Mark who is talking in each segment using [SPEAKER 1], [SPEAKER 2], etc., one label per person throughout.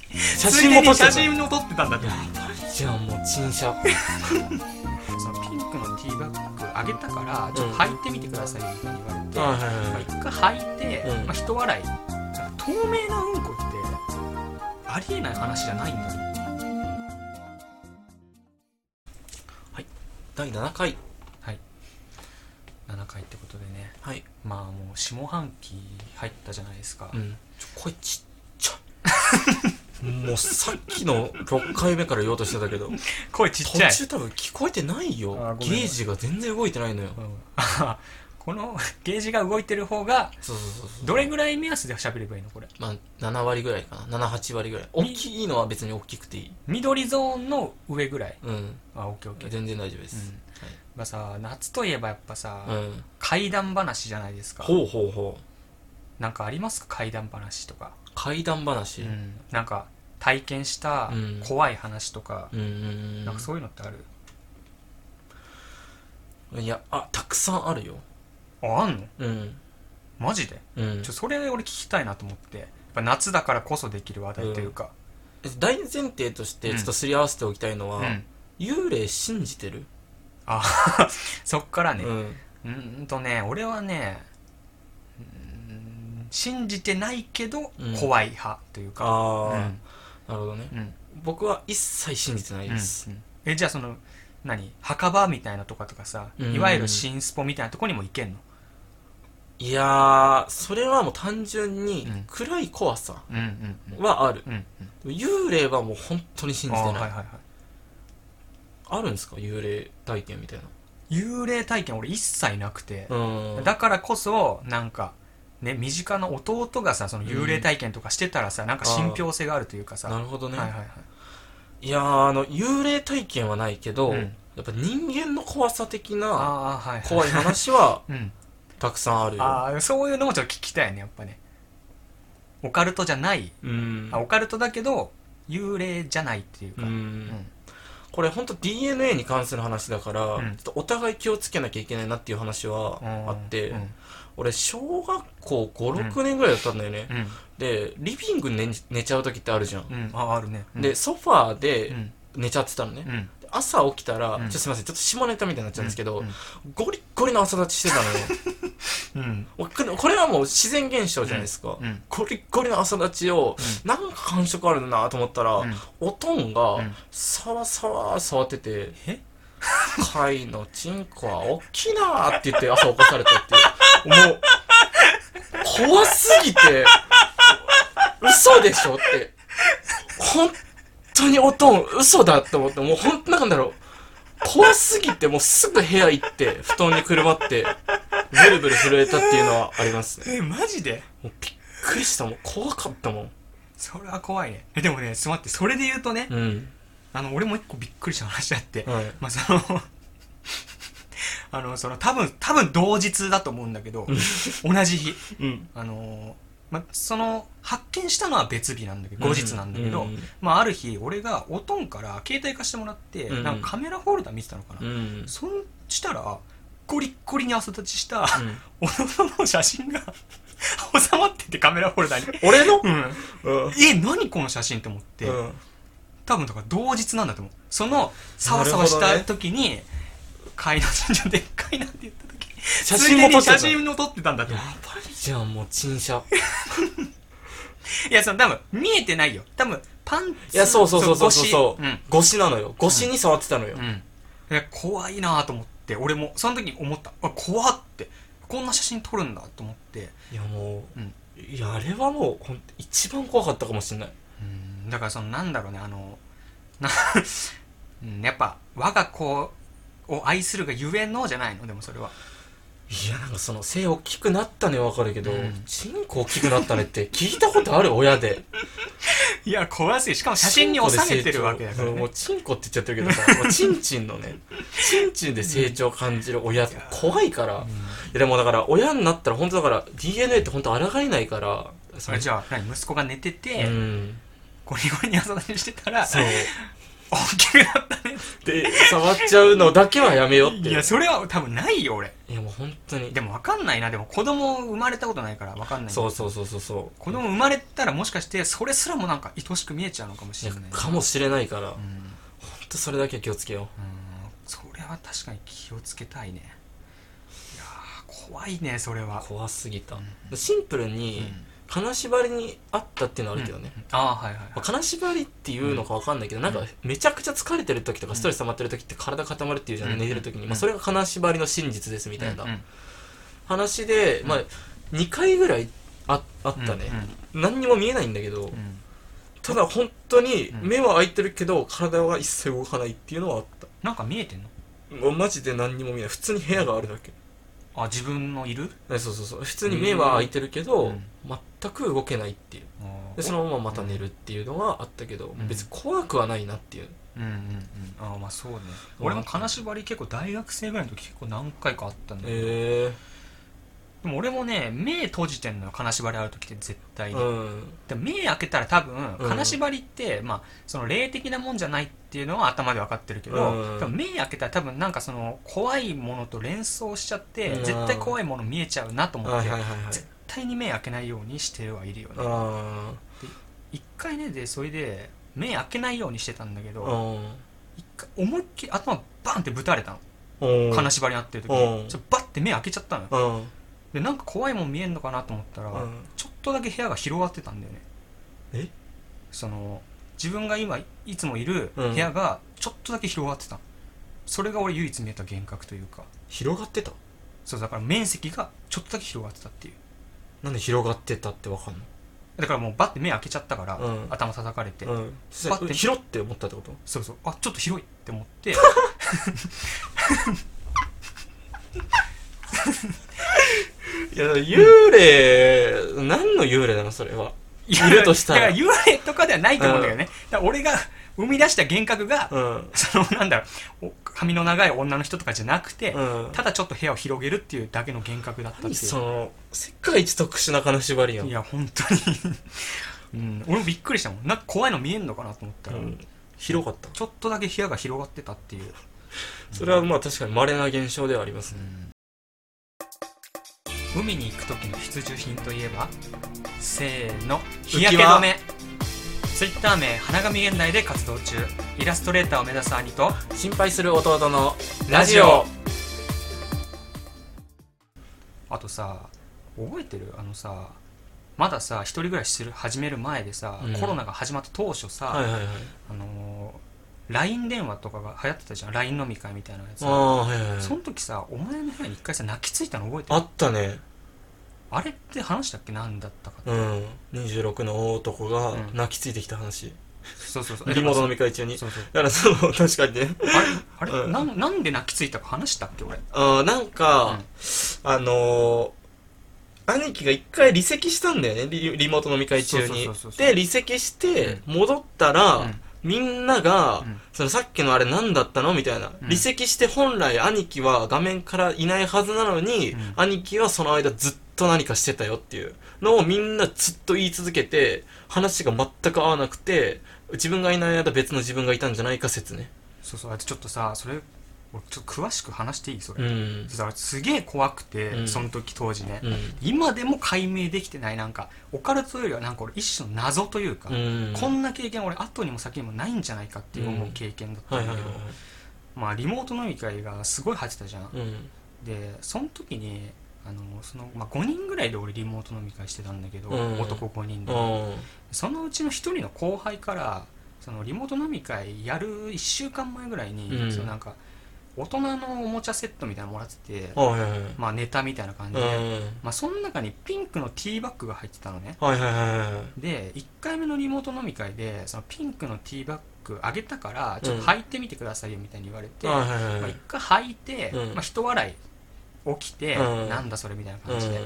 [SPEAKER 1] 写真も撮っちゃっ
[SPEAKER 2] ついでに写
[SPEAKER 1] た
[SPEAKER 2] 真も撮ってたんだって
[SPEAKER 1] じゃあもう陳謝
[SPEAKER 2] そのピンクのティーバッグあげたからちょっと履いてみてくださいみたいに言われて、
[SPEAKER 1] はいはい
[SPEAKER 2] ま
[SPEAKER 1] は
[SPEAKER 2] あ、
[SPEAKER 1] い
[SPEAKER 2] 一回履いて、
[SPEAKER 1] うん
[SPEAKER 2] まあ、人笑いなんか透明なうんこってありえない話じゃないんだよ
[SPEAKER 1] 第7回
[SPEAKER 2] 7回ってことでね
[SPEAKER 1] はい
[SPEAKER 2] まあもう下半期入ったじゃないですか、
[SPEAKER 1] うんちょ声ちっち ゃいもうさっきの6回目から言おうとしてたけど
[SPEAKER 2] 声ちっ
[SPEAKER 1] 途
[SPEAKER 2] ちゃい、
[SPEAKER 1] 中多分聞こえてないよ
[SPEAKER 2] あーごめん
[SPEAKER 1] ゲージが全然動いてないのよ
[SPEAKER 2] うん このゲージが動いてる方が
[SPEAKER 1] そうそうそうそう
[SPEAKER 2] どれぐらい目安で喋ればいいのこれ
[SPEAKER 1] まあ7割ぐらいかな78割ぐらい大きいのは別に大きくていい
[SPEAKER 2] 緑ゾーンの上ぐらい
[SPEAKER 1] うん
[SPEAKER 2] あオッケーオッケー
[SPEAKER 1] 全然大丈夫です、
[SPEAKER 2] まあさ夏といえばやっぱさ、
[SPEAKER 1] はいうん、
[SPEAKER 2] 怪談話じゃないですか
[SPEAKER 1] ほうほうほう
[SPEAKER 2] なんかありますか怪談話とか、
[SPEAKER 1] 怪談話、
[SPEAKER 2] うんなんか体験した
[SPEAKER 1] うん
[SPEAKER 2] 怖い話とか、
[SPEAKER 1] うんうん
[SPEAKER 2] なんかそういうのってある
[SPEAKER 1] うんいやあたくさんあるよ
[SPEAKER 2] ああんの
[SPEAKER 1] うん
[SPEAKER 2] マジで
[SPEAKER 1] うん
[SPEAKER 2] ちょそれ俺聞きたいなと思ってやっぱ夏だからこそできる話題というか、
[SPEAKER 1] 大前提としてちょっとすり合わせておきたいのは、
[SPEAKER 2] うん
[SPEAKER 1] 幽霊信じてる、
[SPEAKER 2] あ そっからね
[SPEAKER 1] うん
[SPEAKER 2] うんーんとね俺はねうーん信じてないけど
[SPEAKER 1] うん
[SPEAKER 2] 怖い派というか、う
[SPEAKER 1] ああ、
[SPEAKER 2] ん
[SPEAKER 1] なるほどね
[SPEAKER 2] うん
[SPEAKER 1] 僕は一切信じてない
[SPEAKER 2] うん
[SPEAKER 1] です、
[SPEAKER 2] えじゃあその何墓場みたいなとかとかさ
[SPEAKER 1] うん
[SPEAKER 2] いわゆる新スポみたいなとこにも行けんの
[SPEAKER 1] いやーそれはもう単純に
[SPEAKER 2] うん
[SPEAKER 1] 暗い怖さ
[SPEAKER 2] うんうんうん
[SPEAKER 1] はある、
[SPEAKER 2] うん
[SPEAKER 1] 幽霊はもう本当に信
[SPEAKER 2] うん
[SPEAKER 1] じ
[SPEAKER 2] あ
[SPEAKER 1] て
[SPEAKER 2] ー
[SPEAKER 1] な
[SPEAKER 2] はい
[SPEAKER 1] いあ,、
[SPEAKER 2] はいはい
[SPEAKER 1] るんですか幽霊体験みたい
[SPEAKER 2] 幽霊体験俺一切なくて
[SPEAKER 1] な、うん
[SPEAKER 2] だからこそなんかね身近な弟がさその幽霊体験とかしてたらさ、なんか信憑性があるというかさ
[SPEAKER 1] なるほどね、
[SPEAKER 2] はいはいはい
[SPEAKER 1] い、やーあの幽霊体験はないけど、
[SPEAKER 2] うん
[SPEAKER 1] やっぱ人間の怖さ的な
[SPEAKER 2] ああはいはい
[SPEAKER 1] 怖い話は
[SPEAKER 2] うん
[SPEAKER 1] たくさんあるよ、
[SPEAKER 2] ああそういうのもちょっと聞きたいねやっぱねオカルトじゃない、
[SPEAKER 1] うん
[SPEAKER 2] あオカルトだけど幽霊じゃないっていう
[SPEAKER 1] う
[SPEAKER 2] か、
[SPEAKER 1] ん
[SPEAKER 2] うん
[SPEAKER 1] これ本当 DNA に関する話だから、
[SPEAKER 2] うん
[SPEAKER 1] ちょっとお互い気をつけなきゃいけないなっていう話はあって、
[SPEAKER 2] うん
[SPEAKER 1] 俺小学校56年ぐらいだったんだよね、
[SPEAKER 2] うん
[SPEAKER 1] でリビングに寝寝ちゃう時ってあるじゃん、
[SPEAKER 2] うん、ああるね、うん
[SPEAKER 1] でソファー
[SPEAKER 2] う
[SPEAKER 1] で
[SPEAKER 2] ん
[SPEAKER 1] 寝ちゃってたのね、
[SPEAKER 2] うん
[SPEAKER 1] で朝起きたら、
[SPEAKER 2] う
[SPEAKER 1] ち
[SPEAKER 2] ん
[SPEAKER 1] ょっとすいませんちょっと下ネタみたいになっちゃうんですけど、
[SPEAKER 2] うん
[SPEAKER 1] ゴリッゴリの朝立ちしてたのよ
[SPEAKER 2] うん
[SPEAKER 1] 俺これこれはもう自然現象じゃないですか、
[SPEAKER 2] うん
[SPEAKER 1] ゴリッゴリの朝立ちを、なんか感触あるなと思ったら、
[SPEAKER 2] うん
[SPEAKER 1] おとん
[SPEAKER 2] う
[SPEAKER 1] が
[SPEAKER 2] ん
[SPEAKER 1] さわさわ触ってて
[SPEAKER 2] え
[SPEAKER 1] 「貝のチンコは大きいな」って言って朝起こされたっていうもう怖すぎて嘘でしょって本当におとん嘘だって思ってもう本当なんだろう怖すぎてもうすぐ部屋行って布団にくるまってブルブル震えたっていうのはありますね
[SPEAKER 2] えマジで
[SPEAKER 1] もうびっくりしたもん怖かったもん
[SPEAKER 2] それは怖いねえでもねちょっと待ってそれで言うとね、
[SPEAKER 1] うん
[SPEAKER 2] あの俺も一個びっくりした話あって、
[SPEAKER 1] はい
[SPEAKER 2] まあそのあのその多分多分同日だと思うんだけど同じ日
[SPEAKER 1] うん
[SPEAKER 2] あのまあその発見したのは別日なんだけど後日なんだけど、
[SPEAKER 1] うん
[SPEAKER 2] まあ、ある日俺がおとんから携帯貸してもらって、
[SPEAKER 1] うん
[SPEAKER 2] なんかカメラホルダー見てたのかな、
[SPEAKER 1] うん
[SPEAKER 2] そんしたらゴリッゴリに朝立ちし
[SPEAKER 1] ん
[SPEAKER 2] た、おのの写真が 収まっててカメラホルダーに、
[SPEAKER 1] 俺の
[SPEAKER 2] うん、
[SPEAKER 1] うん
[SPEAKER 2] え何この写真って思って、
[SPEAKER 1] うん
[SPEAKER 2] 多分だから同日なんだと思うそのサワサワし
[SPEAKER 1] なるほど
[SPEAKER 2] た
[SPEAKER 1] ね
[SPEAKER 2] 時に「怪談神社でっかいな」って言った時
[SPEAKER 1] 写真も撮ってた
[SPEAKER 2] ついでに写真も撮ってたんだって
[SPEAKER 1] ばいじゃんもう陳謝
[SPEAKER 2] いやその多分見えてないよ多分パンツ
[SPEAKER 1] いやそうそうそうそうそう
[SPEAKER 2] そ
[SPEAKER 1] そう
[SPEAKER 2] う、うん
[SPEAKER 1] 越しなのよ越しに触ってたのよ
[SPEAKER 2] うん、いや怖いなと思って俺もその時に思ったあ怖ってこんな写真撮るんだと思って
[SPEAKER 1] いやもう、
[SPEAKER 2] うん
[SPEAKER 1] いやあれはもうほんと一番怖かったかもしれない
[SPEAKER 2] うんだからそのなんだろうねあのなうんやっぱ我が子を愛するがゆえのじゃないのでもそれはい
[SPEAKER 1] やなんかその背大きくなったねわかるけど、
[SPEAKER 2] うん
[SPEAKER 1] チンコ大きくなったねって聞いたことある親で
[SPEAKER 2] いや怖すぎしかも写真に収めてるわけだから、
[SPEAKER 1] うんもう
[SPEAKER 2] ね、
[SPEAKER 1] チンコって言っちゃってるけどさもうチンチンの ねチンチンで成長感じる親怖いから、いやでもだから親になったら本当だから DNA って本当抗えないからそ
[SPEAKER 2] それじゃあ何息子が寝てて、
[SPEAKER 1] うん
[SPEAKER 2] ゴリゴリに朝立ちしてたら
[SPEAKER 1] そう
[SPEAKER 2] 大きくなったね。
[SPEAKER 1] で、触っちゃうのだけはやめようって。
[SPEAKER 2] い
[SPEAKER 1] いや
[SPEAKER 2] や、、それは多分ないよ、俺。
[SPEAKER 1] もう本当に。
[SPEAKER 2] でも分かんないな。でも子供生まれたことないから分かんない。
[SPEAKER 1] そうそうそうそうそう。
[SPEAKER 2] 子供生まれたらもしかして、それすらもなんか愛しく見えちゃうのかもし
[SPEAKER 1] い
[SPEAKER 2] れ
[SPEAKER 1] や
[SPEAKER 2] ない。
[SPEAKER 1] かもしれないから、
[SPEAKER 2] う
[SPEAKER 1] 本
[SPEAKER 2] ん。
[SPEAKER 1] 当それだけは気をつけよ
[SPEAKER 2] うんそれは確かに気をつけたいねいやー怖いねそれ
[SPEAKER 1] う。
[SPEAKER 2] は、
[SPEAKER 1] 怖すぎた
[SPEAKER 2] うん。
[SPEAKER 1] シンプル
[SPEAKER 2] うん
[SPEAKER 1] に、金縛りにあったっていうのはあるけどね。
[SPEAKER 2] うんああはいはい、
[SPEAKER 1] まあ金縛りっていうのかわかんないけど、なんかめちゃくちゃ疲れてる時とかストレス溜まってる時って体固まるっていうじゃん、
[SPEAKER 2] うん
[SPEAKER 1] 寝てる時に、
[SPEAKER 2] う
[SPEAKER 1] まあ、
[SPEAKER 2] ん
[SPEAKER 1] それが金縛りの真実ですみたいな
[SPEAKER 2] うんうん
[SPEAKER 1] 話で、まあ、2回ぐらいああったね、何にも見えないんだけど、
[SPEAKER 2] うんうん
[SPEAKER 1] ただ本当に
[SPEAKER 2] うん
[SPEAKER 1] 目は開いてるけど体は一切動かないっていうのはあった
[SPEAKER 2] なんか見えてんの
[SPEAKER 1] もうマジで何にも見えない普通に部屋があるだけ
[SPEAKER 2] あ自分のいる
[SPEAKER 1] ねそうそうそう普通に目は開いてるけど、
[SPEAKER 2] うん
[SPEAKER 1] 全く動けないっていう
[SPEAKER 2] あ
[SPEAKER 1] でそのまままた寝るっていうのはあったけど、
[SPEAKER 2] ん
[SPEAKER 1] 別に怖くはないなっていう
[SPEAKER 2] うんうんうんああまあそうね
[SPEAKER 1] うん
[SPEAKER 2] 俺も金縛り結構大学生ぐらいの時結構何回かあったんだけど、
[SPEAKER 1] え
[SPEAKER 2] でも俺もね目閉じてんのよ金縛りある時って絶対
[SPEAKER 1] え
[SPEAKER 2] に、
[SPEAKER 1] うん
[SPEAKER 2] でも目開けたら多分
[SPEAKER 1] うん
[SPEAKER 2] 金縛りって、まあその霊的なもんじゃないっていうのは頭で分かってるけど、
[SPEAKER 1] うん
[SPEAKER 2] でも目開けたら多分なんかその怖いものと連想しちゃって、
[SPEAKER 1] うん
[SPEAKER 2] 絶対怖いもの見えちゃうなと思
[SPEAKER 1] はい
[SPEAKER 2] って、
[SPEAKER 1] はいはいはい
[SPEAKER 2] 絶対に目開けないようにしてはいるよね
[SPEAKER 1] あ
[SPEAKER 2] 一回ねでそれで目開けないようにしてたんだけ
[SPEAKER 1] あ
[SPEAKER 2] ど
[SPEAKER 1] うん
[SPEAKER 2] 一回思いっきり頭バンってぶたれたの
[SPEAKER 1] うん
[SPEAKER 2] 金縛りになってる時
[SPEAKER 1] うん
[SPEAKER 2] にちょっとバッて目開けちゃったの
[SPEAKER 1] う
[SPEAKER 2] よ
[SPEAKER 1] んうん
[SPEAKER 2] でなんか怖いもん見えんのかなと思ったら、ちょっとだけ部屋が広がってたんだよね
[SPEAKER 1] え
[SPEAKER 2] その自分が今いつもいる部屋がちょっとだけ広がってた、それが俺唯一見えた幻覚というか
[SPEAKER 1] 広がってた
[SPEAKER 2] そうだから面積がちょっとだけ広がってたっていう
[SPEAKER 1] なんで広がってたってわかんの
[SPEAKER 2] だからもうバッて目開けちゃったから、
[SPEAKER 1] うん
[SPEAKER 2] 頭叩かれて、
[SPEAKER 1] うんそ
[SPEAKER 2] パッて
[SPEAKER 1] れ広って思ったってこと
[SPEAKER 2] そうそうあちょっと広いって思って
[SPEAKER 1] いや幽霊、何の幽霊なのそれはいいるとしたら
[SPEAKER 2] だから幽霊とかではないと思うんだよね、だから俺が生み出した幻覚が、
[SPEAKER 1] うん
[SPEAKER 2] そのなんだろうお髪の長い女の人とかじゃなくて、
[SPEAKER 1] うん
[SPEAKER 2] ただちょっと部屋を広げるっていうだけの幻覚だったっていう
[SPEAKER 1] 何その世界一特殊な金縛りやん
[SPEAKER 2] いや本当に、 うん、俺もびっくりしたもんなんか怖いの見えんのかなと思った
[SPEAKER 1] う
[SPEAKER 2] ら、
[SPEAKER 1] ん広かった
[SPEAKER 2] ちょっとだけ部屋が広がってたっていう、
[SPEAKER 1] それはまあ確かに稀な現象ではありますね
[SPEAKER 2] 海に行く時の必需品といえばせーの日焼け止めツイッター名花神現代で活動中イラストレーターを目指す兄と
[SPEAKER 1] 心配する弟のラ
[SPEAKER 2] ラ
[SPEAKER 1] ジ
[SPEAKER 2] ジ
[SPEAKER 1] オ
[SPEAKER 2] オあとさ覚えてるあのさまださ一人暮らしする始める前でさ、
[SPEAKER 1] うん
[SPEAKER 2] コロナが始まった当初さ、
[SPEAKER 1] はいはいはい
[SPEAKER 2] あのー LINE 電話とかが流行ってたじゃん LINE 飲み会みたいなやつ
[SPEAKER 1] ああはいはいはい
[SPEAKER 2] その時さお前の部屋に一回さ泣きついたの覚えてる
[SPEAKER 1] あ
[SPEAKER 2] あ
[SPEAKER 1] ったね
[SPEAKER 2] れって話したっけ何だったかって
[SPEAKER 1] うん26の大男が
[SPEAKER 2] うん
[SPEAKER 1] 泣きついてきた話
[SPEAKER 2] そうそうそう
[SPEAKER 1] リモート飲み会中にだ
[SPEAKER 2] そうそう
[SPEAKER 1] からその 確かにね
[SPEAKER 2] あれ、
[SPEAKER 1] うん
[SPEAKER 2] なんなんで泣きついたか話したっけ俺
[SPEAKER 1] あーなん
[SPEAKER 2] う
[SPEAKER 1] か
[SPEAKER 2] ん
[SPEAKER 1] あのー兄貴が一回離席したんだよねリリモート飲み会中に
[SPEAKER 2] そうそうそうそう
[SPEAKER 1] で離席して戻ったら、
[SPEAKER 2] うん
[SPEAKER 1] みんなが、
[SPEAKER 2] うん
[SPEAKER 1] そのさっきのあれ何だったのみたいな、離席して本来兄貴は画面からいないはずなのに、
[SPEAKER 2] うん
[SPEAKER 1] 兄貴はその間ずっと何かしてたよっていうのをみんなずっと言い続けて話が全く合わなくて自分がいない間別の自分がいたんじゃないか説ね
[SPEAKER 2] そうそうあれちょっとさそれ俺ちょっと詳しく話していいそれ、
[SPEAKER 1] うん
[SPEAKER 2] そうさすげえ怖くて、
[SPEAKER 1] うん
[SPEAKER 2] その時当時ね、
[SPEAKER 1] うん
[SPEAKER 2] 今でも解明できてないなんかオカルトよりはなんか俺一種の謎というか、
[SPEAKER 1] うん
[SPEAKER 2] こんな経験俺後にも先にもないんじゃないかっていう思う経験だった
[SPEAKER 1] はい
[SPEAKER 2] ん
[SPEAKER 1] は
[SPEAKER 2] だ
[SPEAKER 1] い
[SPEAKER 2] けど、
[SPEAKER 1] は
[SPEAKER 2] まあリモート飲み会がすごい入ってたじゃん、
[SPEAKER 1] いうん
[SPEAKER 2] でその時にあのその、まあ、5人ぐらいで俺リモート飲み会してたんだけど、
[SPEAKER 1] うん
[SPEAKER 2] 男5人で、
[SPEAKER 1] あ
[SPEAKER 2] そのうちの1人の後輩からそのリモート飲み会やる1週間前ぐらいに、
[SPEAKER 1] うん
[SPEAKER 2] そのなんか大人のおもちゃセットみたいなのもらってて、
[SPEAKER 1] あはいはいはい
[SPEAKER 2] まあ、ネタみたいな感
[SPEAKER 1] う
[SPEAKER 2] じ
[SPEAKER 1] ん
[SPEAKER 2] で、まあ、その中にピンクのティーバッグが入ってたのね
[SPEAKER 1] はいはいはいはい
[SPEAKER 2] で1回目のリモート飲み会でそのピンクのティーバッグあげたからちょっと
[SPEAKER 1] うん
[SPEAKER 2] 履いてみてくださいよみたいに言われて、
[SPEAKER 1] はいはい
[SPEAKER 2] ま
[SPEAKER 1] は
[SPEAKER 2] あ、
[SPEAKER 1] い
[SPEAKER 2] 一回吐いて、
[SPEAKER 1] うん
[SPEAKER 2] まあ、人笑い起きて、
[SPEAKER 1] うん
[SPEAKER 2] なんだそれみたいな
[SPEAKER 1] う
[SPEAKER 2] 感じで、っ
[SPEAKER 1] ん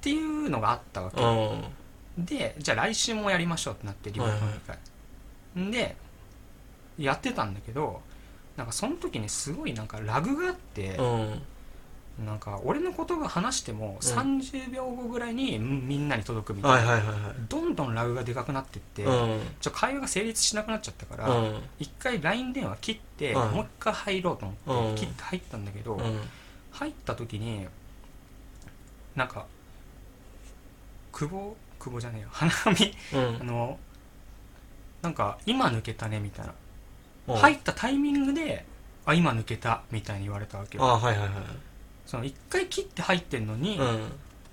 [SPEAKER 2] ていうのがあったわけ、
[SPEAKER 1] うん
[SPEAKER 2] でじゃあ来週もやりましょうってなってリモート飲み会、でやってたんだけどなんかその時にすごいなんかラグがあって、
[SPEAKER 1] うん
[SPEAKER 2] なんか俺のことが話しても
[SPEAKER 1] うん
[SPEAKER 2] 30秒後ぐらいにみんなに届くみたいな、
[SPEAKER 1] はいはいはいは
[SPEAKER 2] どんどんラグがでかくなってって、
[SPEAKER 1] いうん
[SPEAKER 2] ちょ会話が成立しなくなっちゃったから、
[SPEAKER 1] うん
[SPEAKER 2] 一回 LINE 電話切って、
[SPEAKER 1] うん
[SPEAKER 2] もう一回入ろうと思って、
[SPEAKER 1] うん
[SPEAKER 2] 切って入ったんだけど、
[SPEAKER 1] うん
[SPEAKER 2] 入った時になんか久保久保じゃねえよ花紙
[SPEAKER 1] う
[SPEAKER 2] あ
[SPEAKER 1] ん
[SPEAKER 2] のなんか今抜けたねみたいな、
[SPEAKER 1] うん
[SPEAKER 2] 入ったタイミングであ今抜けたみたいに言われたわけよ
[SPEAKER 1] あはいはいはい
[SPEAKER 2] その一回切って入ってんのに、
[SPEAKER 1] うん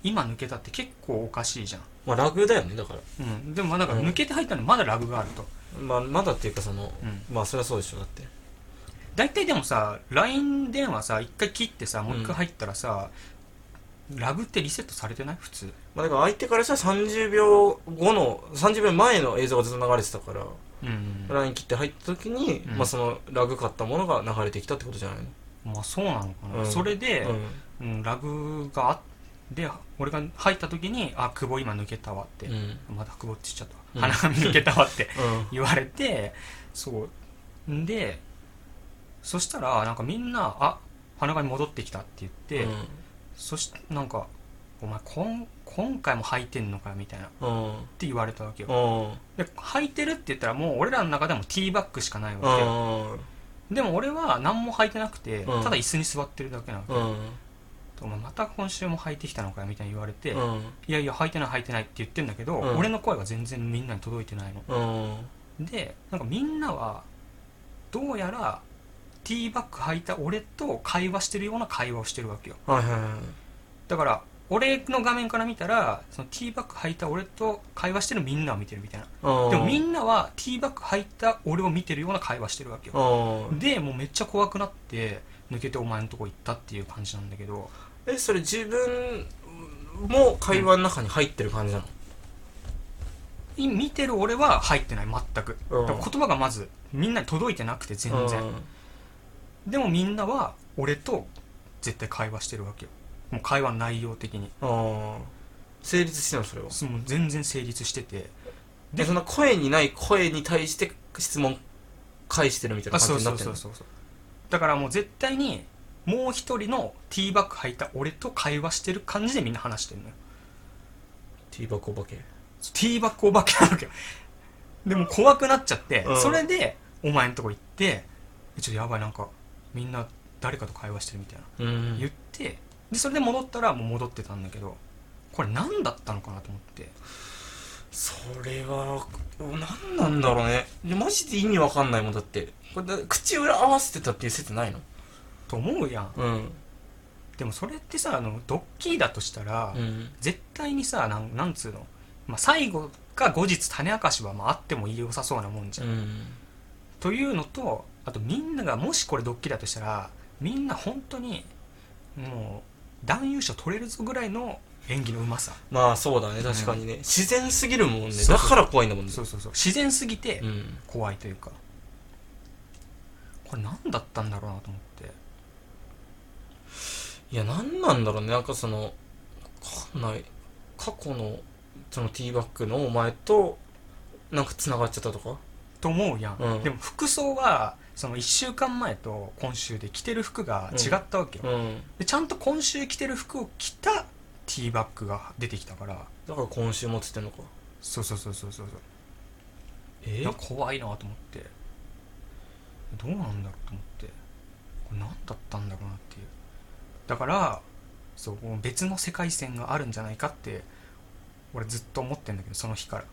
[SPEAKER 2] 今抜けたって結構おかしいじゃん、
[SPEAKER 1] まあラグだよねだから
[SPEAKER 2] うん、でもまあなんか
[SPEAKER 1] うん
[SPEAKER 2] 抜けて入ったのにまだラグがあると、
[SPEAKER 1] まあまだっていうかその
[SPEAKER 2] うん、
[SPEAKER 1] まあそりゃそうでしょだって
[SPEAKER 2] 大体でもさ LINE 電話さ一回切ってさもう一回入ったらさ、ラグってリセットされてない普通
[SPEAKER 1] まあだから相手からしたら30秒後の30秒前の映像がずっと流れてたから
[SPEAKER 2] うん、
[SPEAKER 1] ライン切って入った時に、
[SPEAKER 2] うん
[SPEAKER 1] まあそのラグかったものが流れてきたってことじゃないの、
[SPEAKER 2] まあそうなのか
[SPEAKER 1] う
[SPEAKER 2] な、
[SPEAKER 1] ん
[SPEAKER 2] それで、
[SPEAKER 1] うん
[SPEAKER 2] うんラグがあで俺が入った時に「あ久保今抜けたわ」って、
[SPEAKER 1] うん
[SPEAKER 2] また久保って言っちゃったわ、
[SPEAKER 1] うん
[SPEAKER 2] 鼻が抜けたわって
[SPEAKER 1] うん
[SPEAKER 2] 言われてそうんでそしたらなんかみんな「あ鼻が戻ってきた」って言って、
[SPEAKER 1] うん
[SPEAKER 2] そしなんか「お前こん今回も履いてんのかよ」みたいなっ
[SPEAKER 1] うん
[SPEAKER 2] て言われたわけよ
[SPEAKER 1] うん
[SPEAKER 2] で履いてるって言ったらもう俺らの中でもティーバッグしかないわけよ
[SPEAKER 1] うん
[SPEAKER 2] でも俺は何も履いてなくて、
[SPEAKER 1] うん
[SPEAKER 2] ただ椅子に座ってるだけなの、
[SPEAKER 1] うん
[SPEAKER 2] お前また今週も履いてきたのかよみたいに言われて、
[SPEAKER 1] うん
[SPEAKER 2] いやいや履いてない履いてないって言ってんだけど、
[SPEAKER 1] うん
[SPEAKER 2] 俺の声が全然みんなに届いてないの
[SPEAKER 1] うん
[SPEAKER 2] でなんかみんなはどうやらティーバッグ履いた俺と会話してるような会話をしてるわけよ
[SPEAKER 1] はいはいは
[SPEAKER 2] だから俺の画面から見たらそのティーバッグ履いた俺と会話してるみんなを見てるみたいないでもみ
[SPEAKER 1] なん
[SPEAKER 2] なはティーバッグ履いた俺を見てるような会話してるわけよ
[SPEAKER 1] うん
[SPEAKER 2] でもうめっちゃ怖くなって抜けてお前のとこ行ったっていう感じなんだけど
[SPEAKER 1] えそれ自分も会話の中に入ってる感じなの、
[SPEAKER 2] い見てる俺は入ってない全く
[SPEAKER 1] うん
[SPEAKER 2] だから言葉がまずみんなに届いてなくて全
[SPEAKER 1] う
[SPEAKER 2] 然
[SPEAKER 1] ん
[SPEAKER 2] でもみんなは俺と絶対会話してるわけよもう会話の内容的に
[SPEAKER 1] あー成立してんのそれは
[SPEAKER 2] そもう全然成立してて
[SPEAKER 1] でそんな声にない声に対して質問返してるみたいな
[SPEAKER 2] あ
[SPEAKER 1] 感
[SPEAKER 2] そ
[SPEAKER 1] じ
[SPEAKER 2] う
[SPEAKER 1] にな
[SPEAKER 2] そ
[SPEAKER 1] って
[SPEAKER 2] う
[SPEAKER 1] る
[SPEAKER 2] そうそうそうだからもう絶対にもう一人のティーバッグ履いた俺と会話してる感じでみんな話してるのよ
[SPEAKER 1] ティーバックお化け
[SPEAKER 2] ティーバッグお化けなわけよでも怖くなっちゃって、
[SPEAKER 1] うん
[SPEAKER 2] それでお前のとこ行ってえちょっとやばいなんかみんな誰かと会話してるみたいな、
[SPEAKER 1] うん
[SPEAKER 2] 言ってでそれで戻ったらもう戻ってたんだけどこれ何だったのかなと思って
[SPEAKER 1] それは何なんだろうねいやマジで意味わかんないもんだってこれだ口裏合わせてたっていう説ないの
[SPEAKER 2] と思うやん
[SPEAKER 1] うん
[SPEAKER 2] でもそれってさあのドッキリだとしたら、
[SPEAKER 1] うん
[SPEAKER 2] 絶対にさなんなんつうの、まあ、最後か後日種明かしはまああっても良さそうなもんじゃん、
[SPEAKER 1] うん
[SPEAKER 2] というのとあとみんながもしこれドッキリだとしたらみんな本当にもう男優賞取れるぞぐらいの演技のうまさ、
[SPEAKER 1] まあそうだね確かにね、自然すぎるもんね
[SPEAKER 2] そうそう
[SPEAKER 1] だから怖いんだもんね
[SPEAKER 2] そうそうそう自然すぎて
[SPEAKER 1] うん
[SPEAKER 2] 怖いというか、これ何だったんだろうなと思って
[SPEAKER 1] いや何なんだろうねなんかそのわかんない過去のそのティーバックのお前となんか繋がっちゃったとか
[SPEAKER 2] と思うやん、
[SPEAKER 1] うん
[SPEAKER 2] でも服装はその1週間前と今週で着てる服が違ったわけよ、
[SPEAKER 1] うん
[SPEAKER 2] でちゃんと今週着てる服を着たティーバッグが出てきたから
[SPEAKER 1] だから今週もつってんのか
[SPEAKER 2] そうそうそうそうそうそう
[SPEAKER 1] え
[SPEAKER 2] いや怖いなと思ってどうなんだろうと思ってこれ何だったんだろうなっていうだからそう別の世界線があるんじゃないかって俺ずっと思ってんだけどその日から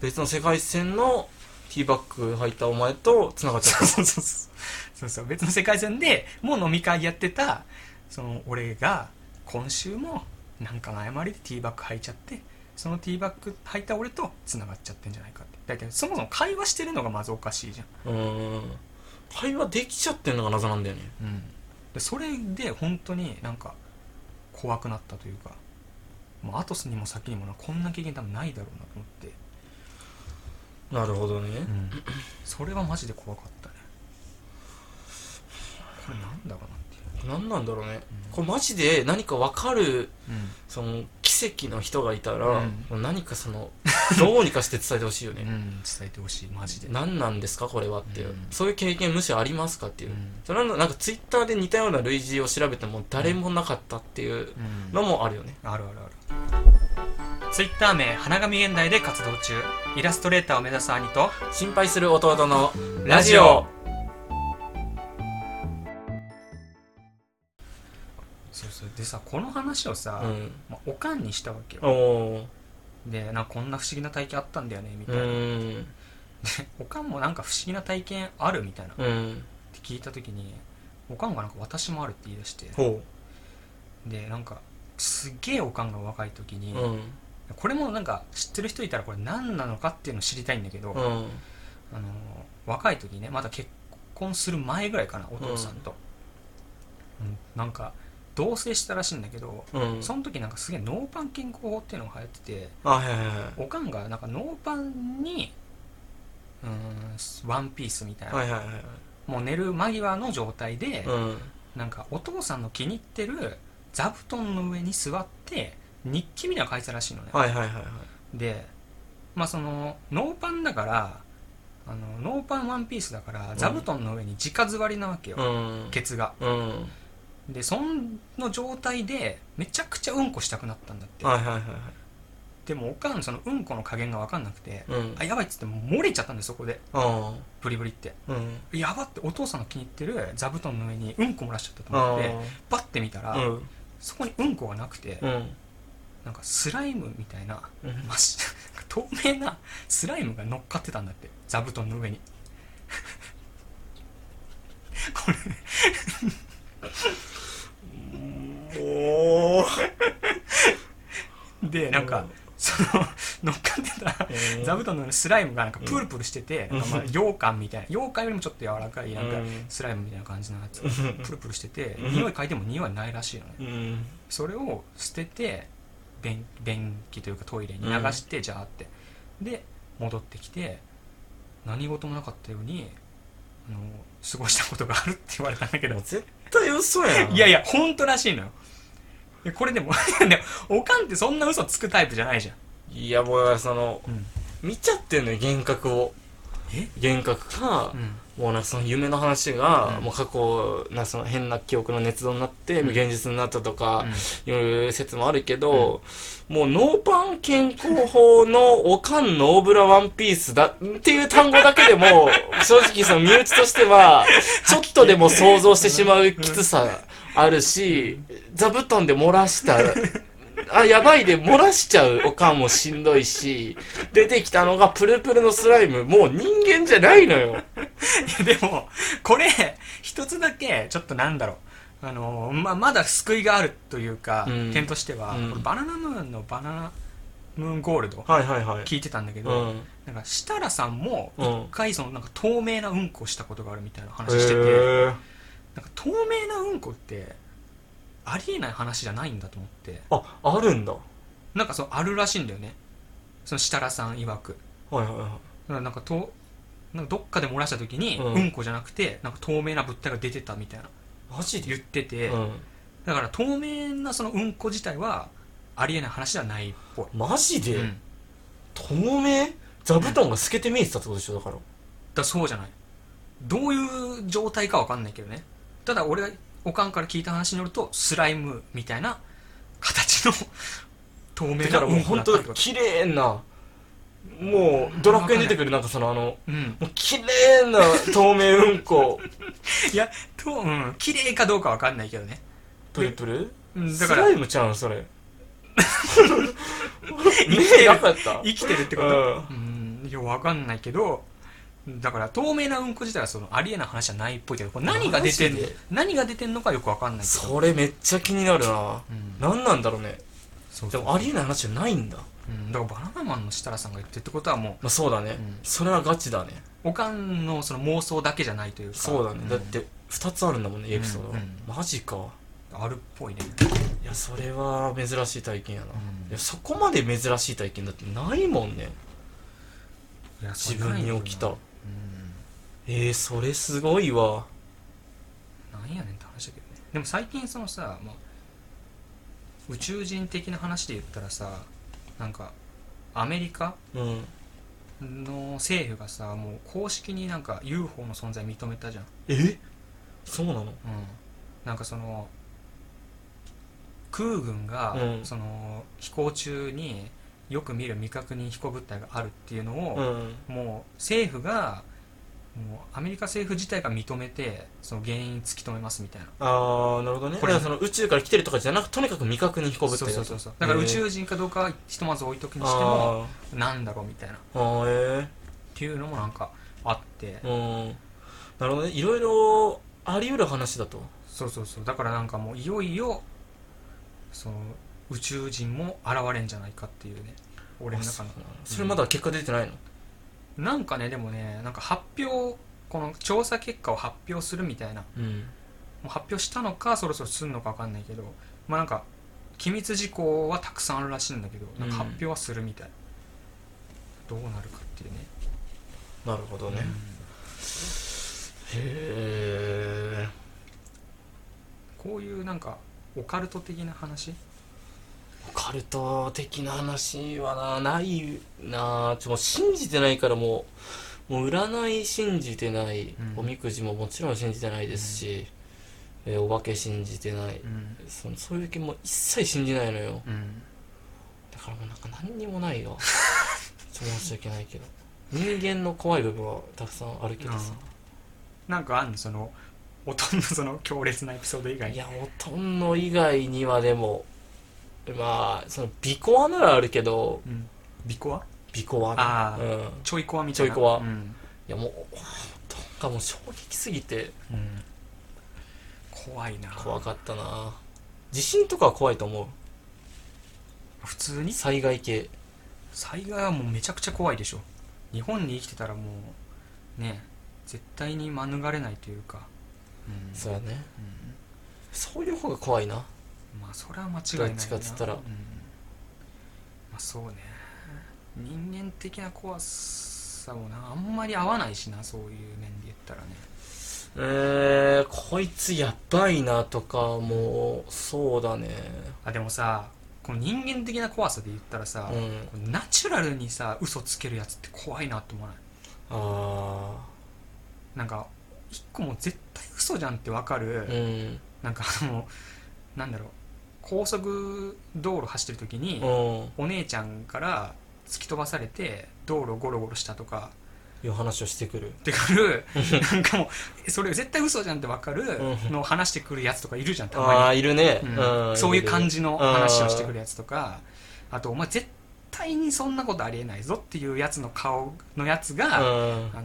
[SPEAKER 1] 別の世界線のティーバッグ履いたお前と繋がっちゃった
[SPEAKER 2] そうそうそうそうそう別の世界線でもう飲み会やってたその俺が今週もなんかの誤りでティーバッグ履いちゃってそのティーバッグ履いた俺と繋がっちゃってんじゃないかってだけどそもそも会話してるのがまずおかしいじゃん
[SPEAKER 1] うーん会話できちゃってんのが謎なんだよね
[SPEAKER 2] でそれで本当になんか怖くなったというかもう後にも先にもなこんな経験多分ないだろうなと思って、
[SPEAKER 1] なるほどね、
[SPEAKER 2] それはマジで怖かったねこれなんだろうなっていう
[SPEAKER 1] 何なんだろうね、
[SPEAKER 2] うん
[SPEAKER 1] これマジで何か分かる
[SPEAKER 2] うん
[SPEAKER 1] その奇奇跡の人がいたら、
[SPEAKER 2] うん
[SPEAKER 1] もう何かそのどうにかして伝えてほしいよ
[SPEAKER 2] う
[SPEAKER 1] ね、
[SPEAKER 2] ん、伝えてほしいマジで、
[SPEAKER 1] 何なんですかこれはっていう、
[SPEAKER 2] うん
[SPEAKER 1] そういう経験むしろありますかっていう、
[SPEAKER 2] うん
[SPEAKER 1] それはなんかツイッターで似たような類似を調べても誰もなかったっていう
[SPEAKER 2] うん
[SPEAKER 1] のもあるよね、
[SPEAKER 2] あるあるあるツイッター名花神現代で活動中イラストレーターを目指す兄と
[SPEAKER 1] 心配する弟のラ
[SPEAKER 2] ラ
[SPEAKER 1] ジ
[SPEAKER 2] ジ
[SPEAKER 1] オ
[SPEAKER 2] オそうそうでさこの話をさ、
[SPEAKER 1] うん
[SPEAKER 2] まあ、おかんにしたわけよ
[SPEAKER 1] おお
[SPEAKER 2] でなんかこんな不思議な体験あったんだよねみ
[SPEAKER 1] う
[SPEAKER 2] たいな、
[SPEAKER 1] ん
[SPEAKER 2] おかんもなんか不思議な体験あるみたいなっ
[SPEAKER 1] うん
[SPEAKER 2] て聞いた時におかんがなんか私もあるって言い出して
[SPEAKER 1] ほ
[SPEAKER 2] でなんかすっげえおかんが若い時に、
[SPEAKER 1] ううん
[SPEAKER 2] これもなんか知ってる人いたらこれ何なのかっていうのを知りたいんだけど、
[SPEAKER 1] う
[SPEAKER 2] あ
[SPEAKER 1] ん
[SPEAKER 2] の若い時ねまだ結婚する前ぐらいかなお父さんと、うんなんか同棲したらしいんだけど
[SPEAKER 1] うん
[SPEAKER 2] その時なんかすげえノーパン健康法っていうのが流行ってて
[SPEAKER 1] あはいはいは
[SPEAKER 2] おかんがなんかノーパンにうーんワンピースみたいな、
[SPEAKER 1] いはいはいはい
[SPEAKER 2] もう寝る間際の状態で、
[SPEAKER 1] うん
[SPEAKER 2] なんかお父さんの気に入ってる座布団の上に座って日記みたいなの書いてたらしいのね、
[SPEAKER 1] はいはいはいはい
[SPEAKER 2] でまあそのノーパンだからあのノーパンワンピースだから
[SPEAKER 1] ん
[SPEAKER 2] 座布団の上に直座りなわけよ、
[SPEAKER 1] うん
[SPEAKER 2] ケツが
[SPEAKER 1] うん
[SPEAKER 2] でその状態でめちゃくちゃうんこしたくなったんだって、
[SPEAKER 1] はいはいはいはい
[SPEAKER 2] でもおかんそのうんこの加減が分かんなくて、
[SPEAKER 1] うん
[SPEAKER 2] あやばいっつって漏れちゃったんですそこで
[SPEAKER 1] あ
[SPEAKER 2] ブリブリって
[SPEAKER 1] あうん
[SPEAKER 2] やばってお父さんの気に入ってる座布団の上にうんこ漏らしちゃったと
[SPEAKER 1] あ
[SPEAKER 2] 思ってパッて見たら、
[SPEAKER 1] あうん
[SPEAKER 2] そこにうんこがなくて、
[SPEAKER 1] うん
[SPEAKER 2] なんかスライムみたいな
[SPEAKER 1] うん
[SPEAKER 2] まし透明なスライムが乗っかってたんだって座布団の上にこれ
[SPEAKER 1] お
[SPEAKER 2] でなんか、
[SPEAKER 1] うん
[SPEAKER 2] その 乗っかってた
[SPEAKER 1] ー
[SPEAKER 2] 座布団の上のスライムがなんかプルプルしてて、
[SPEAKER 1] うん
[SPEAKER 2] なんかまあ羊羹みたいな羊羹よりもちょっと柔らかいなんか
[SPEAKER 1] うん
[SPEAKER 2] スライムみたいな感じのやつ
[SPEAKER 1] うん
[SPEAKER 2] プルプルしてて
[SPEAKER 1] うん
[SPEAKER 2] 匂い嗅いでも匂いないらしいのね
[SPEAKER 1] うん
[SPEAKER 2] それを捨てて便便器というかトイレに流して、じゃーってで戻ってきて何事もなかったようにあの過ごしたことがあるって言われたんだけど
[SPEAKER 1] もう絶対嘘やん
[SPEAKER 2] いやいや本当らしいのよでこれでも ねおかんってそんな嘘つくタイプじゃないじゃん、
[SPEAKER 1] いやもうその
[SPEAKER 2] うん、
[SPEAKER 1] 見ちゃってんのよ幻覚を
[SPEAKER 2] え
[SPEAKER 1] 幻覚か
[SPEAKER 2] うん
[SPEAKER 1] もうなんかその夢の話が、
[SPEAKER 2] うん
[SPEAKER 1] もう過去なその変な記憶の捏造になって、
[SPEAKER 2] うん
[SPEAKER 1] 現実になったとか、いう説もあるけど、もうノーパン健康法のおかんノーブラワンピースだっていう単語だけで も、正直その身内としては、ちょっとでも想像してしまうきつさあるし、座布団で漏ら した、あ、やばいで、漏らしちゃうおかんもしんどいし、出てきたのがプルプルのスライム、もう人間じゃないのよ。
[SPEAKER 2] い やでもこれ一つだけちょっとなんだろうあのまあまだ救いがあるというか、
[SPEAKER 1] うん
[SPEAKER 2] 点としては、
[SPEAKER 1] うん
[SPEAKER 2] これバナナムーンの「バナナムーンゴールド」
[SPEAKER 1] はいはいはい。
[SPEAKER 2] 聞いてたんだけ
[SPEAKER 1] う
[SPEAKER 2] ど、
[SPEAKER 1] ん。
[SPEAKER 2] なんか設楽さんも
[SPEAKER 1] う
[SPEAKER 2] 一
[SPEAKER 1] ん。
[SPEAKER 2] 回そのなんか透明なうんこしたことがあるみたいな話してて、
[SPEAKER 1] へえ。
[SPEAKER 2] なんか透明なうんこってありえない話じゃないんだと思って
[SPEAKER 1] あ、あるんだ。は
[SPEAKER 2] なんかそのあるらしいんだよねその設楽さん曰く
[SPEAKER 1] いはいは
[SPEAKER 2] なんかとなんかどっかで漏らした時に、う
[SPEAKER 1] うん。
[SPEAKER 2] ん、こじゃなくてなんか透明な物体が出てたみたいない
[SPEAKER 1] マジ
[SPEAKER 2] 言ってて、
[SPEAKER 1] うん。
[SPEAKER 2] だから透明なそのうんこ自体はありえない話ではないっぽい、
[SPEAKER 1] マジで、
[SPEAKER 2] うん、だか
[SPEAKER 1] 透明座布団が透けて見えてたってことでしょだから
[SPEAKER 2] らそうじゃないどういう状態かわかんないけどねただ俺がおかんから聞いた話によるとスライムみたいな形の透明
[SPEAKER 1] だか
[SPEAKER 2] な
[SPEAKER 1] ら
[SPEAKER 2] う
[SPEAKER 1] もうん
[SPEAKER 2] こ
[SPEAKER 1] 本
[SPEAKER 2] だったっ
[SPEAKER 1] 当
[SPEAKER 2] てこと
[SPEAKER 1] 綺麗なもうドラクエに出てくるなんかそのあの
[SPEAKER 2] うん、
[SPEAKER 1] もう綺麗な透明うん こ
[SPEAKER 2] いやと、うん、綺麗かどうかわかんないけどね
[SPEAKER 1] プルプル
[SPEAKER 2] うんだ
[SPEAKER 1] ス
[SPEAKER 2] から
[SPEAKER 1] ライムちゃうんそ れ目なかった
[SPEAKER 2] 生きてるってこ
[SPEAKER 1] う
[SPEAKER 2] と
[SPEAKER 1] ん
[SPEAKER 2] うんいやわかんないけどだから透明なうんこ自体はそのありえない話じゃないっぽいけどこれ何が出てんの
[SPEAKER 1] マジで
[SPEAKER 2] 何が出てんのかよくわかんないけど
[SPEAKER 1] それめっちゃ気になるな
[SPEAKER 2] うん
[SPEAKER 1] 何なんだろうね
[SPEAKER 2] そう
[SPEAKER 1] で
[SPEAKER 2] そう
[SPEAKER 1] もありえない話じゃないんだ
[SPEAKER 2] うん、だからバナナマンの設楽さんが言ってるってことはも
[SPEAKER 1] まあそうだね、
[SPEAKER 2] ん
[SPEAKER 1] それはガチだね
[SPEAKER 2] うおかんのその妄想だけじゃないというか
[SPEAKER 1] そうだね、
[SPEAKER 2] ん
[SPEAKER 1] だって2つあるんだもんねエピソードが、
[SPEAKER 2] うんうん
[SPEAKER 1] マジか
[SPEAKER 2] あるっぽいね
[SPEAKER 1] いやそれは珍しい体験やな、
[SPEAKER 2] うん
[SPEAKER 1] いやそこまで珍しい体験だってないもんね
[SPEAKER 2] いや
[SPEAKER 1] 自分に起きた
[SPEAKER 2] うん
[SPEAKER 1] えー、それすごいわ
[SPEAKER 2] なんやねんって話だけどねでも最近そのさ、まあ、宇宙人的な話で言ったらさなんかアメリカ
[SPEAKER 1] うん
[SPEAKER 2] の政府がさもう公式になんか UFO の存在認めたじゃん、
[SPEAKER 1] えそうなの
[SPEAKER 2] うん、なんかその空軍が、
[SPEAKER 1] うん
[SPEAKER 2] その飛行中によく見る未確認飛行物体があるっていうのを、
[SPEAKER 1] うん
[SPEAKER 2] もう政府がもうアメリカ政府自体が認めてその原因突き止めますみたいな
[SPEAKER 1] ああなるほどね
[SPEAKER 2] これ
[SPEAKER 1] だからその宇宙から来てるとかじゃなくとにかく未確認飛行物体
[SPEAKER 2] そうそうそうそうだから宇宙人かどうかはひとまず置いとくにしても
[SPEAKER 1] あ
[SPEAKER 2] なんだろうみたいなっ
[SPEAKER 1] ーあーえ
[SPEAKER 2] ていうのもなんかあって
[SPEAKER 1] えうんなるほどねいろいろあり得る話だと
[SPEAKER 2] そうそうそうだからなんかもういよいよその宇宙人も現れんじゃないかっていうね俺の中の
[SPEAKER 1] あそうなのそれまだ結果出てないの
[SPEAKER 2] なんかねでもねなんか発表この調査結果を発表するみたいなも
[SPEAKER 1] うん
[SPEAKER 2] う発表したのかそろそろすんのか分かんないけどまあなんか機密事項はたくさんあるらしいんだけどなんか発表はするみたい、どうなるかっていうね
[SPEAKER 1] なるほどね、へえ
[SPEAKER 2] こういうなんかオカルト的な話
[SPEAKER 1] オカルト的な話はなないなちょもう信じてないからもうもう占い信じてない、
[SPEAKER 2] うん
[SPEAKER 1] おみくじももちろん信じてないですし、えーお化け信じてない、
[SPEAKER 2] うん
[SPEAKER 1] そのそういう系も一切信じないのよ
[SPEAKER 2] うん
[SPEAKER 1] だからもうなんか何にもない よちょっと申し訳ないけど人間の怖い部分はたくさんあるけどさ、
[SPEAKER 2] なんかあんのそのほとんどその強烈なエピソード以外
[SPEAKER 1] い
[SPEAKER 2] に
[SPEAKER 1] やほとんど以外にはでもまあその尾行ならあるけど
[SPEAKER 2] うん尾行は
[SPEAKER 1] 尾行は
[SPEAKER 2] あー
[SPEAKER 1] うん
[SPEAKER 2] ちょいコアみたいな
[SPEAKER 1] ちょいコア
[SPEAKER 2] うん
[SPEAKER 1] いやもうなんかもう衝撃すぎて
[SPEAKER 2] うん怖いな
[SPEAKER 1] 怖かったな地震とかは怖いと思う
[SPEAKER 2] 普通に
[SPEAKER 1] 災害系
[SPEAKER 2] 災害はもうめちゃくちゃ怖いでしょ日本に生きてたらもうね絶対に免れないというか、うん
[SPEAKER 1] そうやね
[SPEAKER 2] うん
[SPEAKER 1] そういう方が怖いな
[SPEAKER 2] まあそれは間違いないな
[SPEAKER 1] どっちかっつったら
[SPEAKER 2] うんまあそうね人間的な怖さもなあんまり合わないしなそういう面で言ったらね
[SPEAKER 1] えー、こいつやばいなとかもうそうだね
[SPEAKER 2] あでもさこの人間的な怖さで言ったらさ、
[SPEAKER 1] う
[SPEAKER 2] こ
[SPEAKER 1] ん
[SPEAKER 2] うナチュラルにさ嘘つけるやつって怖いなって思わない
[SPEAKER 1] あ
[SPEAKER 2] なんか一個もう絶対嘘じゃんってわかる、
[SPEAKER 1] ーうん
[SPEAKER 2] なんかあのなんだろう高速道路走ってる時に、
[SPEAKER 1] うん
[SPEAKER 2] お姉ちゃんから突き飛ばされて道路ゴロゴロしたとか
[SPEAKER 1] いう話をしてくる
[SPEAKER 2] ってくるなんかもうそれ絶対嘘じゃんってわかる
[SPEAKER 1] うん
[SPEAKER 2] のを話してくるやつとかいるじゃんたまに
[SPEAKER 1] ああいるね、
[SPEAKER 2] うんそういう感じの話をしてくる
[SPEAKER 1] れ
[SPEAKER 2] やつとかあとお前絶対にそんなことありえないぞっていうやつの顔のやつ
[SPEAKER 1] うん
[SPEAKER 2] が、あのー、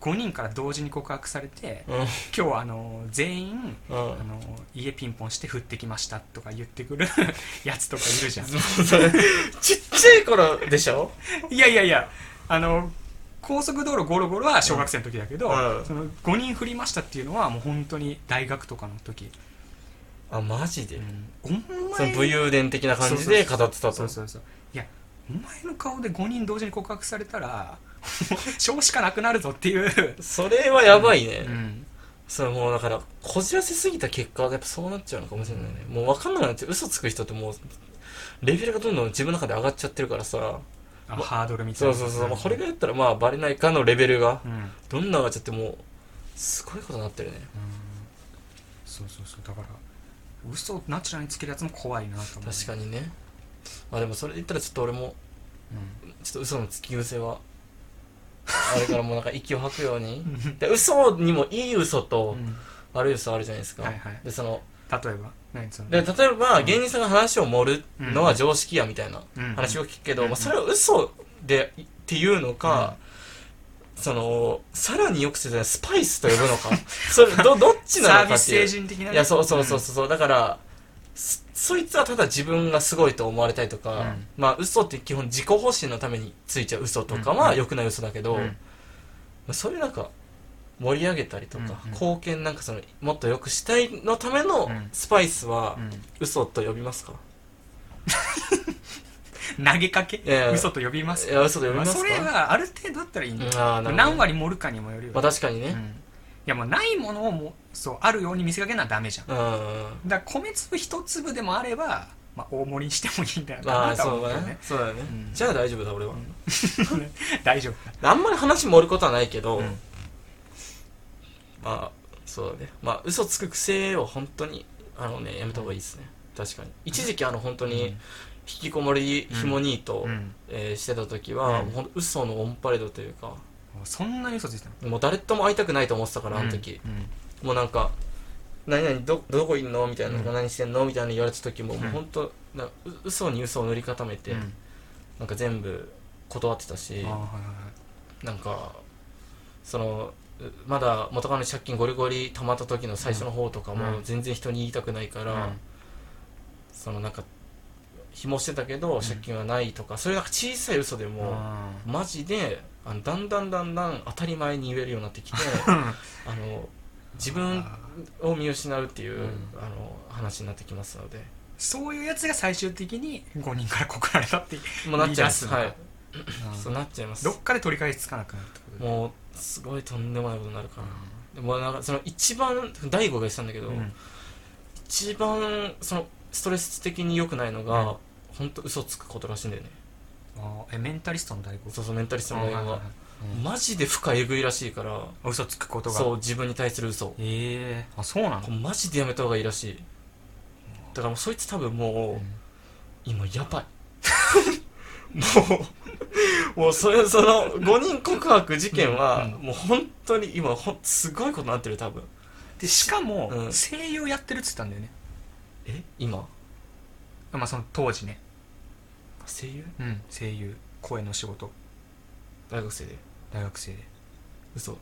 [SPEAKER 2] 5人から同時に告白されて
[SPEAKER 1] うん
[SPEAKER 2] 今日はあのー全員、
[SPEAKER 1] うん
[SPEAKER 2] あのー家ピンポンして降ってきましたとか言ってくる やつとかいるじゃん
[SPEAKER 1] それちっちゃい頃でしょ
[SPEAKER 2] いやいやいやあのー高速道路ゴロゴロは小学生の時だけど、
[SPEAKER 1] うんうん
[SPEAKER 2] その5人降りましたっていうのはもう本当に大学とかの時、
[SPEAKER 1] あマジで、
[SPEAKER 2] お
[SPEAKER 1] その
[SPEAKER 2] 前
[SPEAKER 1] 武勇伝的な感じで語ってたと
[SPEAKER 2] そうそうそういやお前の顔で5人同時に告白されたら もう少子かなくなるぞっていう、
[SPEAKER 1] それはやばいね、
[SPEAKER 2] うん、
[SPEAKER 1] それもうだからこじらせすぎた結果やっぱそうなっちゃうのかもしれないねもう分かんなくなっちゃう嘘つく人ってもうレベルがどんどん自分の中で上がっちゃってるからさ
[SPEAKER 2] あハードルみたい
[SPEAKER 1] そう
[SPEAKER 2] な
[SPEAKER 1] そうそう、まあ、これがやったらまあバレないかのレベルが
[SPEAKER 2] うん、うん
[SPEAKER 1] どんどん上がっちゃってもうすごいことになってるね
[SPEAKER 2] そうそうそうだから嘘をナチュラルにつけるやつも怖いなと思う
[SPEAKER 1] 確かにねまあでもそれで言ったらちょっと俺もちょっと嘘のつき癖はあれからもうなんか息を吐くよう にで嘘にもいい嘘
[SPEAKER 2] うん、
[SPEAKER 1] と
[SPEAKER 2] うん
[SPEAKER 1] 悪い嘘あるじゃないですか、
[SPEAKER 2] はいはい
[SPEAKER 1] でその
[SPEAKER 2] 例えば何その
[SPEAKER 1] で例えば
[SPEAKER 2] ん
[SPEAKER 1] 芸人さんが話を盛るのは常識やみたいな
[SPEAKER 2] うん
[SPEAKER 1] 話を聞くけど、
[SPEAKER 2] うん
[SPEAKER 1] まあ、それは嘘でっていうのか、そのさらによくするスパイスと呼ぶのか それどどっち
[SPEAKER 2] サ
[SPEAKER 1] な
[SPEAKER 2] ー
[SPEAKER 1] のか
[SPEAKER 2] ビ
[SPEAKER 1] っ
[SPEAKER 2] ス
[SPEAKER 1] ていう
[SPEAKER 2] 精神的なね
[SPEAKER 1] いやそうそうそうそう、だからそそいつはただ自分がすごいと思われたいとか、
[SPEAKER 2] うん
[SPEAKER 1] まあ嘘って基本自己保身のためについちゃう嘘とか
[SPEAKER 2] う
[SPEAKER 1] は
[SPEAKER 2] ん
[SPEAKER 1] 良くない嘘だけ
[SPEAKER 2] う
[SPEAKER 1] ど、
[SPEAKER 2] ん
[SPEAKER 1] まあそういうなんか盛り上げたりとか、
[SPEAKER 2] うん
[SPEAKER 1] 貢献なんかそのもっと良くしたいのための
[SPEAKER 2] うん
[SPEAKER 1] スパイスは、
[SPEAKER 2] うん
[SPEAKER 1] 嘘と呼びますか
[SPEAKER 2] 投げかけ
[SPEAKER 1] いやいや
[SPEAKER 2] 嘘と呼びます
[SPEAKER 1] いや嘘と呼び
[SPEAKER 2] ま
[SPEAKER 1] ま
[SPEAKER 2] あ
[SPEAKER 1] すか
[SPEAKER 2] それはある程度だったらいいんだよ
[SPEAKER 1] うんあーなるほどね
[SPEAKER 2] 何割盛るかにもよるよ
[SPEAKER 1] まあ確かに
[SPEAKER 2] う
[SPEAKER 1] ね
[SPEAKER 2] ん、いやもうないものをもうそうあるように見せかけならダメじゃん
[SPEAKER 1] うん、
[SPEAKER 2] だから米粒一粒でもあればまあ、大盛りにしてもいいんだよ
[SPEAKER 1] ま
[SPEAKER 2] な
[SPEAKER 1] あ
[SPEAKER 2] とは
[SPEAKER 1] そ
[SPEAKER 2] 思
[SPEAKER 1] う
[SPEAKER 2] うけど
[SPEAKER 1] だね
[SPEAKER 2] ね
[SPEAKER 1] そうだね、
[SPEAKER 2] うん
[SPEAKER 1] じゃあ大丈夫だ俺は、
[SPEAKER 2] 大丈夫
[SPEAKER 1] あんまり話盛ることはないけど、
[SPEAKER 2] うん
[SPEAKER 1] まあそうだねまあ嘘つく癖を本当にあのねやめた方がいいですね確かに一時期あの本当に引きこもりひも兄と、
[SPEAKER 2] うん
[SPEAKER 1] えーしてた時は、
[SPEAKER 2] うん
[SPEAKER 1] もうほんと嘘のオンパレードというか
[SPEAKER 2] そんなに嘘ついてたの
[SPEAKER 1] もう誰とも会いたくないと思ってたからあの時、
[SPEAKER 2] うんうん
[SPEAKER 1] もうなんか「何々どどこいんの?」みたいな、
[SPEAKER 2] うん
[SPEAKER 1] 何してんの?」みたいな言われた時も、
[SPEAKER 2] ん
[SPEAKER 1] もう本当なう嘘に嘘を塗り固めて、
[SPEAKER 2] うん
[SPEAKER 1] なんか全部断ってたし
[SPEAKER 2] あーはいはいはい
[SPEAKER 1] なんかそのうまだ元カノに借金ゴリゴリ溜まった時の最初の方とか
[SPEAKER 2] う
[SPEAKER 1] も
[SPEAKER 2] ん
[SPEAKER 1] 全然人に言いたくないから、
[SPEAKER 2] うん
[SPEAKER 1] そのなんか紐してたけど借金はないとか、そういうなんか小さい嘘でも、
[SPEAKER 2] あー
[SPEAKER 1] マジであのだんだんだんだん当たり前に言えるようになってき てあの自分
[SPEAKER 2] あー
[SPEAKER 1] を見失うっていう、
[SPEAKER 2] うん
[SPEAKER 1] あの話になってきますので
[SPEAKER 2] そういうやつが最終的に5人から告られたっていう
[SPEAKER 1] もうなっちゃいます
[SPEAKER 2] 言い出すのか
[SPEAKER 1] はい
[SPEAKER 2] あー
[SPEAKER 1] そうなっちゃいます
[SPEAKER 2] どっかで取り返しつかなくなるってことで
[SPEAKER 1] もうすごいとんでもないことになるから、でもなんかその一番大悟が言ってたんだけど、
[SPEAKER 2] うん
[SPEAKER 1] 一番そのストレス的に良くないのが、
[SPEAKER 2] うん
[SPEAKER 1] ほんと嘘つくことらしいんだよね
[SPEAKER 2] あーえメンタリストの代行
[SPEAKER 1] そうそうメンタリストの
[SPEAKER 2] あ
[SPEAKER 1] 大
[SPEAKER 2] ーはい
[SPEAKER 1] 悟
[SPEAKER 2] はい
[SPEAKER 1] が
[SPEAKER 2] はいうん
[SPEAKER 1] マジで負荷えぐいらしいから
[SPEAKER 2] 嘘つくことが
[SPEAKER 1] そう自分に対する嘘こ
[SPEAKER 2] ええあそうなの
[SPEAKER 1] れマジでやめた方がいいらしいだからもうそいつ多分もう、
[SPEAKER 2] うん
[SPEAKER 1] 今やばい もう もうそれその5人告白事件は、
[SPEAKER 2] うん
[SPEAKER 1] もう本当に今ほんすごいことになってる多分
[SPEAKER 2] でしかも、
[SPEAKER 1] うん
[SPEAKER 2] 声優やってるっつったんだよね
[SPEAKER 1] え今
[SPEAKER 2] まあその当時ね
[SPEAKER 1] 声優
[SPEAKER 2] うん声優声の仕事
[SPEAKER 1] 大学生で
[SPEAKER 2] 大学生で
[SPEAKER 1] 嘘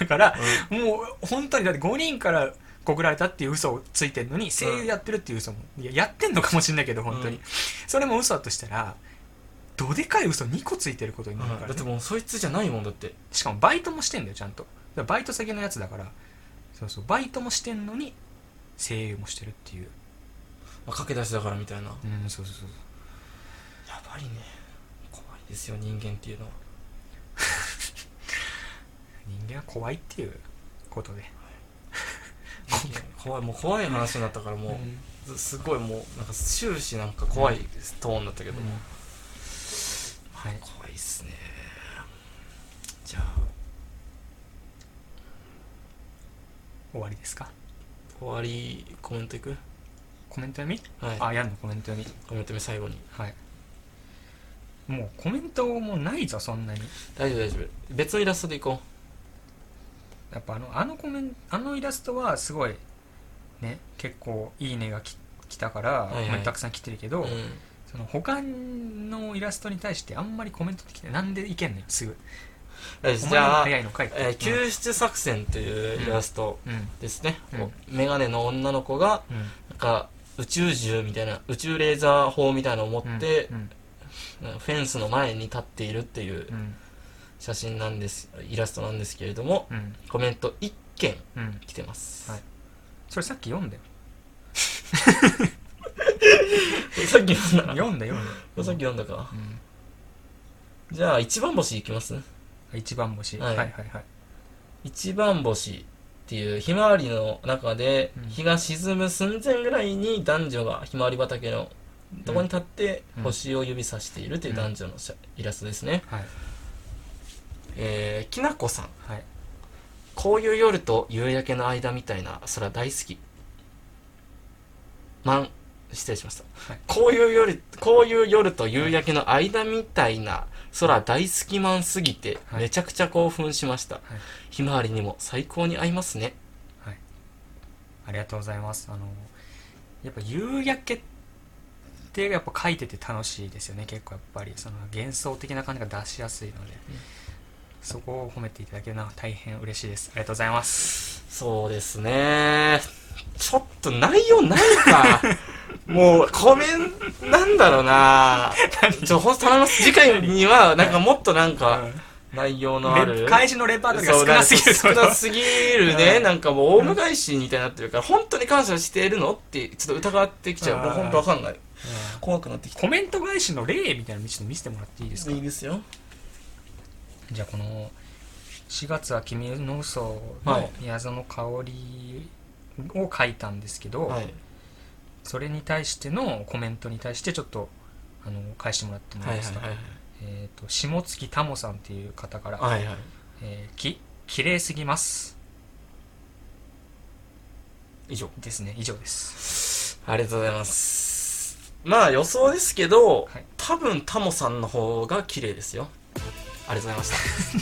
[SPEAKER 2] だから、もう本当にだって5人から告られたっていう嘘をついてるのに声優やってるっていう嘘も、いややってんのかもしんないけど本当に、
[SPEAKER 1] うん
[SPEAKER 2] それも嘘だとしたらどでかい嘘2個ついてることになるからね、
[SPEAKER 1] だってもうそいつじゃないもんだって
[SPEAKER 2] しかもバイトもしてんだよちゃんとだからバイト先のやつだからそうそうバイトもしてんのに声優もしてるっていう
[SPEAKER 1] まあ駆け出しだからみたいなや
[SPEAKER 2] うんそうそうそう
[SPEAKER 1] ばいね怖いですよ人間っていうのは
[SPEAKER 2] 人間は怖いっていうことで
[SPEAKER 1] 人間 怖いもう怖い話になったからも
[SPEAKER 2] うん
[SPEAKER 1] う、すすごいもうなんか終始なんか怖いトーンだったけども、
[SPEAKER 2] うんはい
[SPEAKER 1] 怖いっすねじゃあ
[SPEAKER 2] 終わりですか
[SPEAKER 1] 終わりコメントいく
[SPEAKER 2] コメント読み、
[SPEAKER 1] はい
[SPEAKER 2] あやんのコメント読み
[SPEAKER 1] コメント目最後に
[SPEAKER 2] はいもうコメントもうないぞそんなに
[SPEAKER 1] 大丈夫大丈夫別のイラストでいこ
[SPEAKER 2] やっぱあのあのコメンあのイラストはすごいね結構いいねがき来たから、
[SPEAKER 1] いはい
[SPEAKER 2] コメントたくさん来てるけど、
[SPEAKER 1] う、うん、
[SPEAKER 2] その他のイラストに対してあんまりコメントできてなんでいけんのよすぐ
[SPEAKER 1] よ
[SPEAKER 2] お
[SPEAKER 1] し
[SPEAKER 2] 前
[SPEAKER 1] じ
[SPEAKER 2] の
[SPEAKER 1] ゃあ、
[SPEAKER 2] 早いのかい
[SPEAKER 1] えー救出作戦というイラスト
[SPEAKER 2] うんうん
[SPEAKER 1] ですね、
[SPEAKER 2] うん
[SPEAKER 1] メガネの女の子が
[SPEAKER 2] うん
[SPEAKER 1] なんか宇宙銃みたいな宇宙レーザー砲みたいなのを持って
[SPEAKER 2] う、ん
[SPEAKER 1] フェンスの前に立っているっていう
[SPEAKER 2] うん
[SPEAKER 1] 写真なんですイラストなんですけれども
[SPEAKER 2] うん
[SPEAKER 1] コメント1件
[SPEAKER 2] うん
[SPEAKER 1] 来てます、
[SPEAKER 2] はいそれさっき読んだよ
[SPEAKER 1] さっき読んだ
[SPEAKER 2] 読んだ読んだ
[SPEAKER 1] さっき読んだか
[SPEAKER 2] うん
[SPEAKER 1] じゃあ一番星いきます
[SPEAKER 2] 一番星、
[SPEAKER 1] はい
[SPEAKER 2] はいはいはい
[SPEAKER 1] 一番星っていうひまわりの中で
[SPEAKER 2] うん
[SPEAKER 1] 日が沈む寸前ぐらいに男女がひまわり畑のとこに立って
[SPEAKER 2] うん
[SPEAKER 1] 星を指さしているという男女の写イラストですね、
[SPEAKER 2] はい
[SPEAKER 1] えー、きなこさん
[SPEAKER 2] はい
[SPEAKER 1] こういう夜と夕焼けの間みたいな空大好きまん失礼しました、
[SPEAKER 2] はい
[SPEAKER 1] こういう夜こういう夜と夕焼けの間みたいな空大好きマンすぎて
[SPEAKER 2] はい
[SPEAKER 1] めちゃくちゃ興奮しました、
[SPEAKER 2] い
[SPEAKER 1] ひまわりにも最高に合いますね
[SPEAKER 2] ありがとうございますあのやっぱ夕焼けってやっぱ描いてて楽しいですよね結構やっぱりその幻想的な感じが出しやすいの
[SPEAKER 1] う
[SPEAKER 2] で、
[SPEAKER 1] ん
[SPEAKER 2] そこを褒めていただけるのは大変嬉しいですありがとうございます
[SPEAKER 1] そうですねちょっと内容ないか もうコメンなんだろうなちょほんと頼みます次回にはなんかもっとなんか内容のある
[SPEAKER 2] レ返しのレパートリーが少なすぎる
[SPEAKER 1] そうなんです少なすぎるね、
[SPEAKER 2] うん
[SPEAKER 1] なんかもうオウム返しみたいになってるから本当に感謝してるのってちょっと疑ってきちゃう
[SPEAKER 2] うん
[SPEAKER 1] もう本当わかんない
[SPEAKER 2] うん
[SPEAKER 1] 怖くなってき
[SPEAKER 2] コメント返しの例みたいなのちょっと見せてもらっていいです
[SPEAKER 1] た
[SPEAKER 2] か
[SPEAKER 1] いいですよ
[SPEAKER 2] じゃあこの「4月は君の嘘
[SPEAKER 1] は
[SPEAKER 2] の
[SPEAKER 1] い
[SPEAKER 2] 宮園香織を書いたんですけど、
[SPEAKER 1] はい
[SPEAKER 2] それに対してのコメントに対してちょっとあの返してもらっても
[SPEAKER 1] はいい
[SPEAKER 2] い
[SPEAKER 1] はい
[SPEAKER 2] ですか、
[SPEAKER 1] はい
[SPEAKER 2] えー、と下月タモさんっていう方から、
[SPEAKER 1] はいはい
[SPEAKER 2] えーき綺麗すぎます
[SPEAKER 1] 以上
[SPEAKER 2] ですね以上です
[SPEAKER 1] ありがとうございますまあ予想ですけど、
[SPEAKER 2] はい
[SPEAKER 1] 多分タモさんの方が綺麗ですよありがとうございまし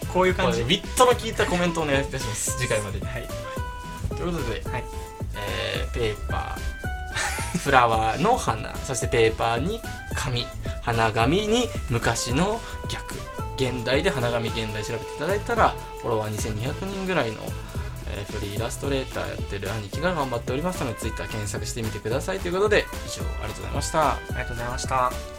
[SPEAKER 1] た
[SPEAKER 2] こういう
[SPEAKER 1] ま
[SPEAKER 2] 感
[SPEAKER 1] あ
[SPEAKER 2] じ、
[SPEAKER 1] ウィットの効いたコメントをお願いいたします次回までに
[SPEAKER 2] はい
[SPEAKER 1] ということで、
[SPEAKER 2] はい
[SPEAKER 1] えーペーパーフラワーの花 そしてペーパーに紙花紙に昔の逆現代で花紙現代調べていただいたらフォロワー2200人ぐらいの、えーフリーイラストレーターやってる兄貴が頑張っておりますので Twitter 検索してみてくださいということで以上ありがとうございました
[SPEAKER 2] ありがとうございました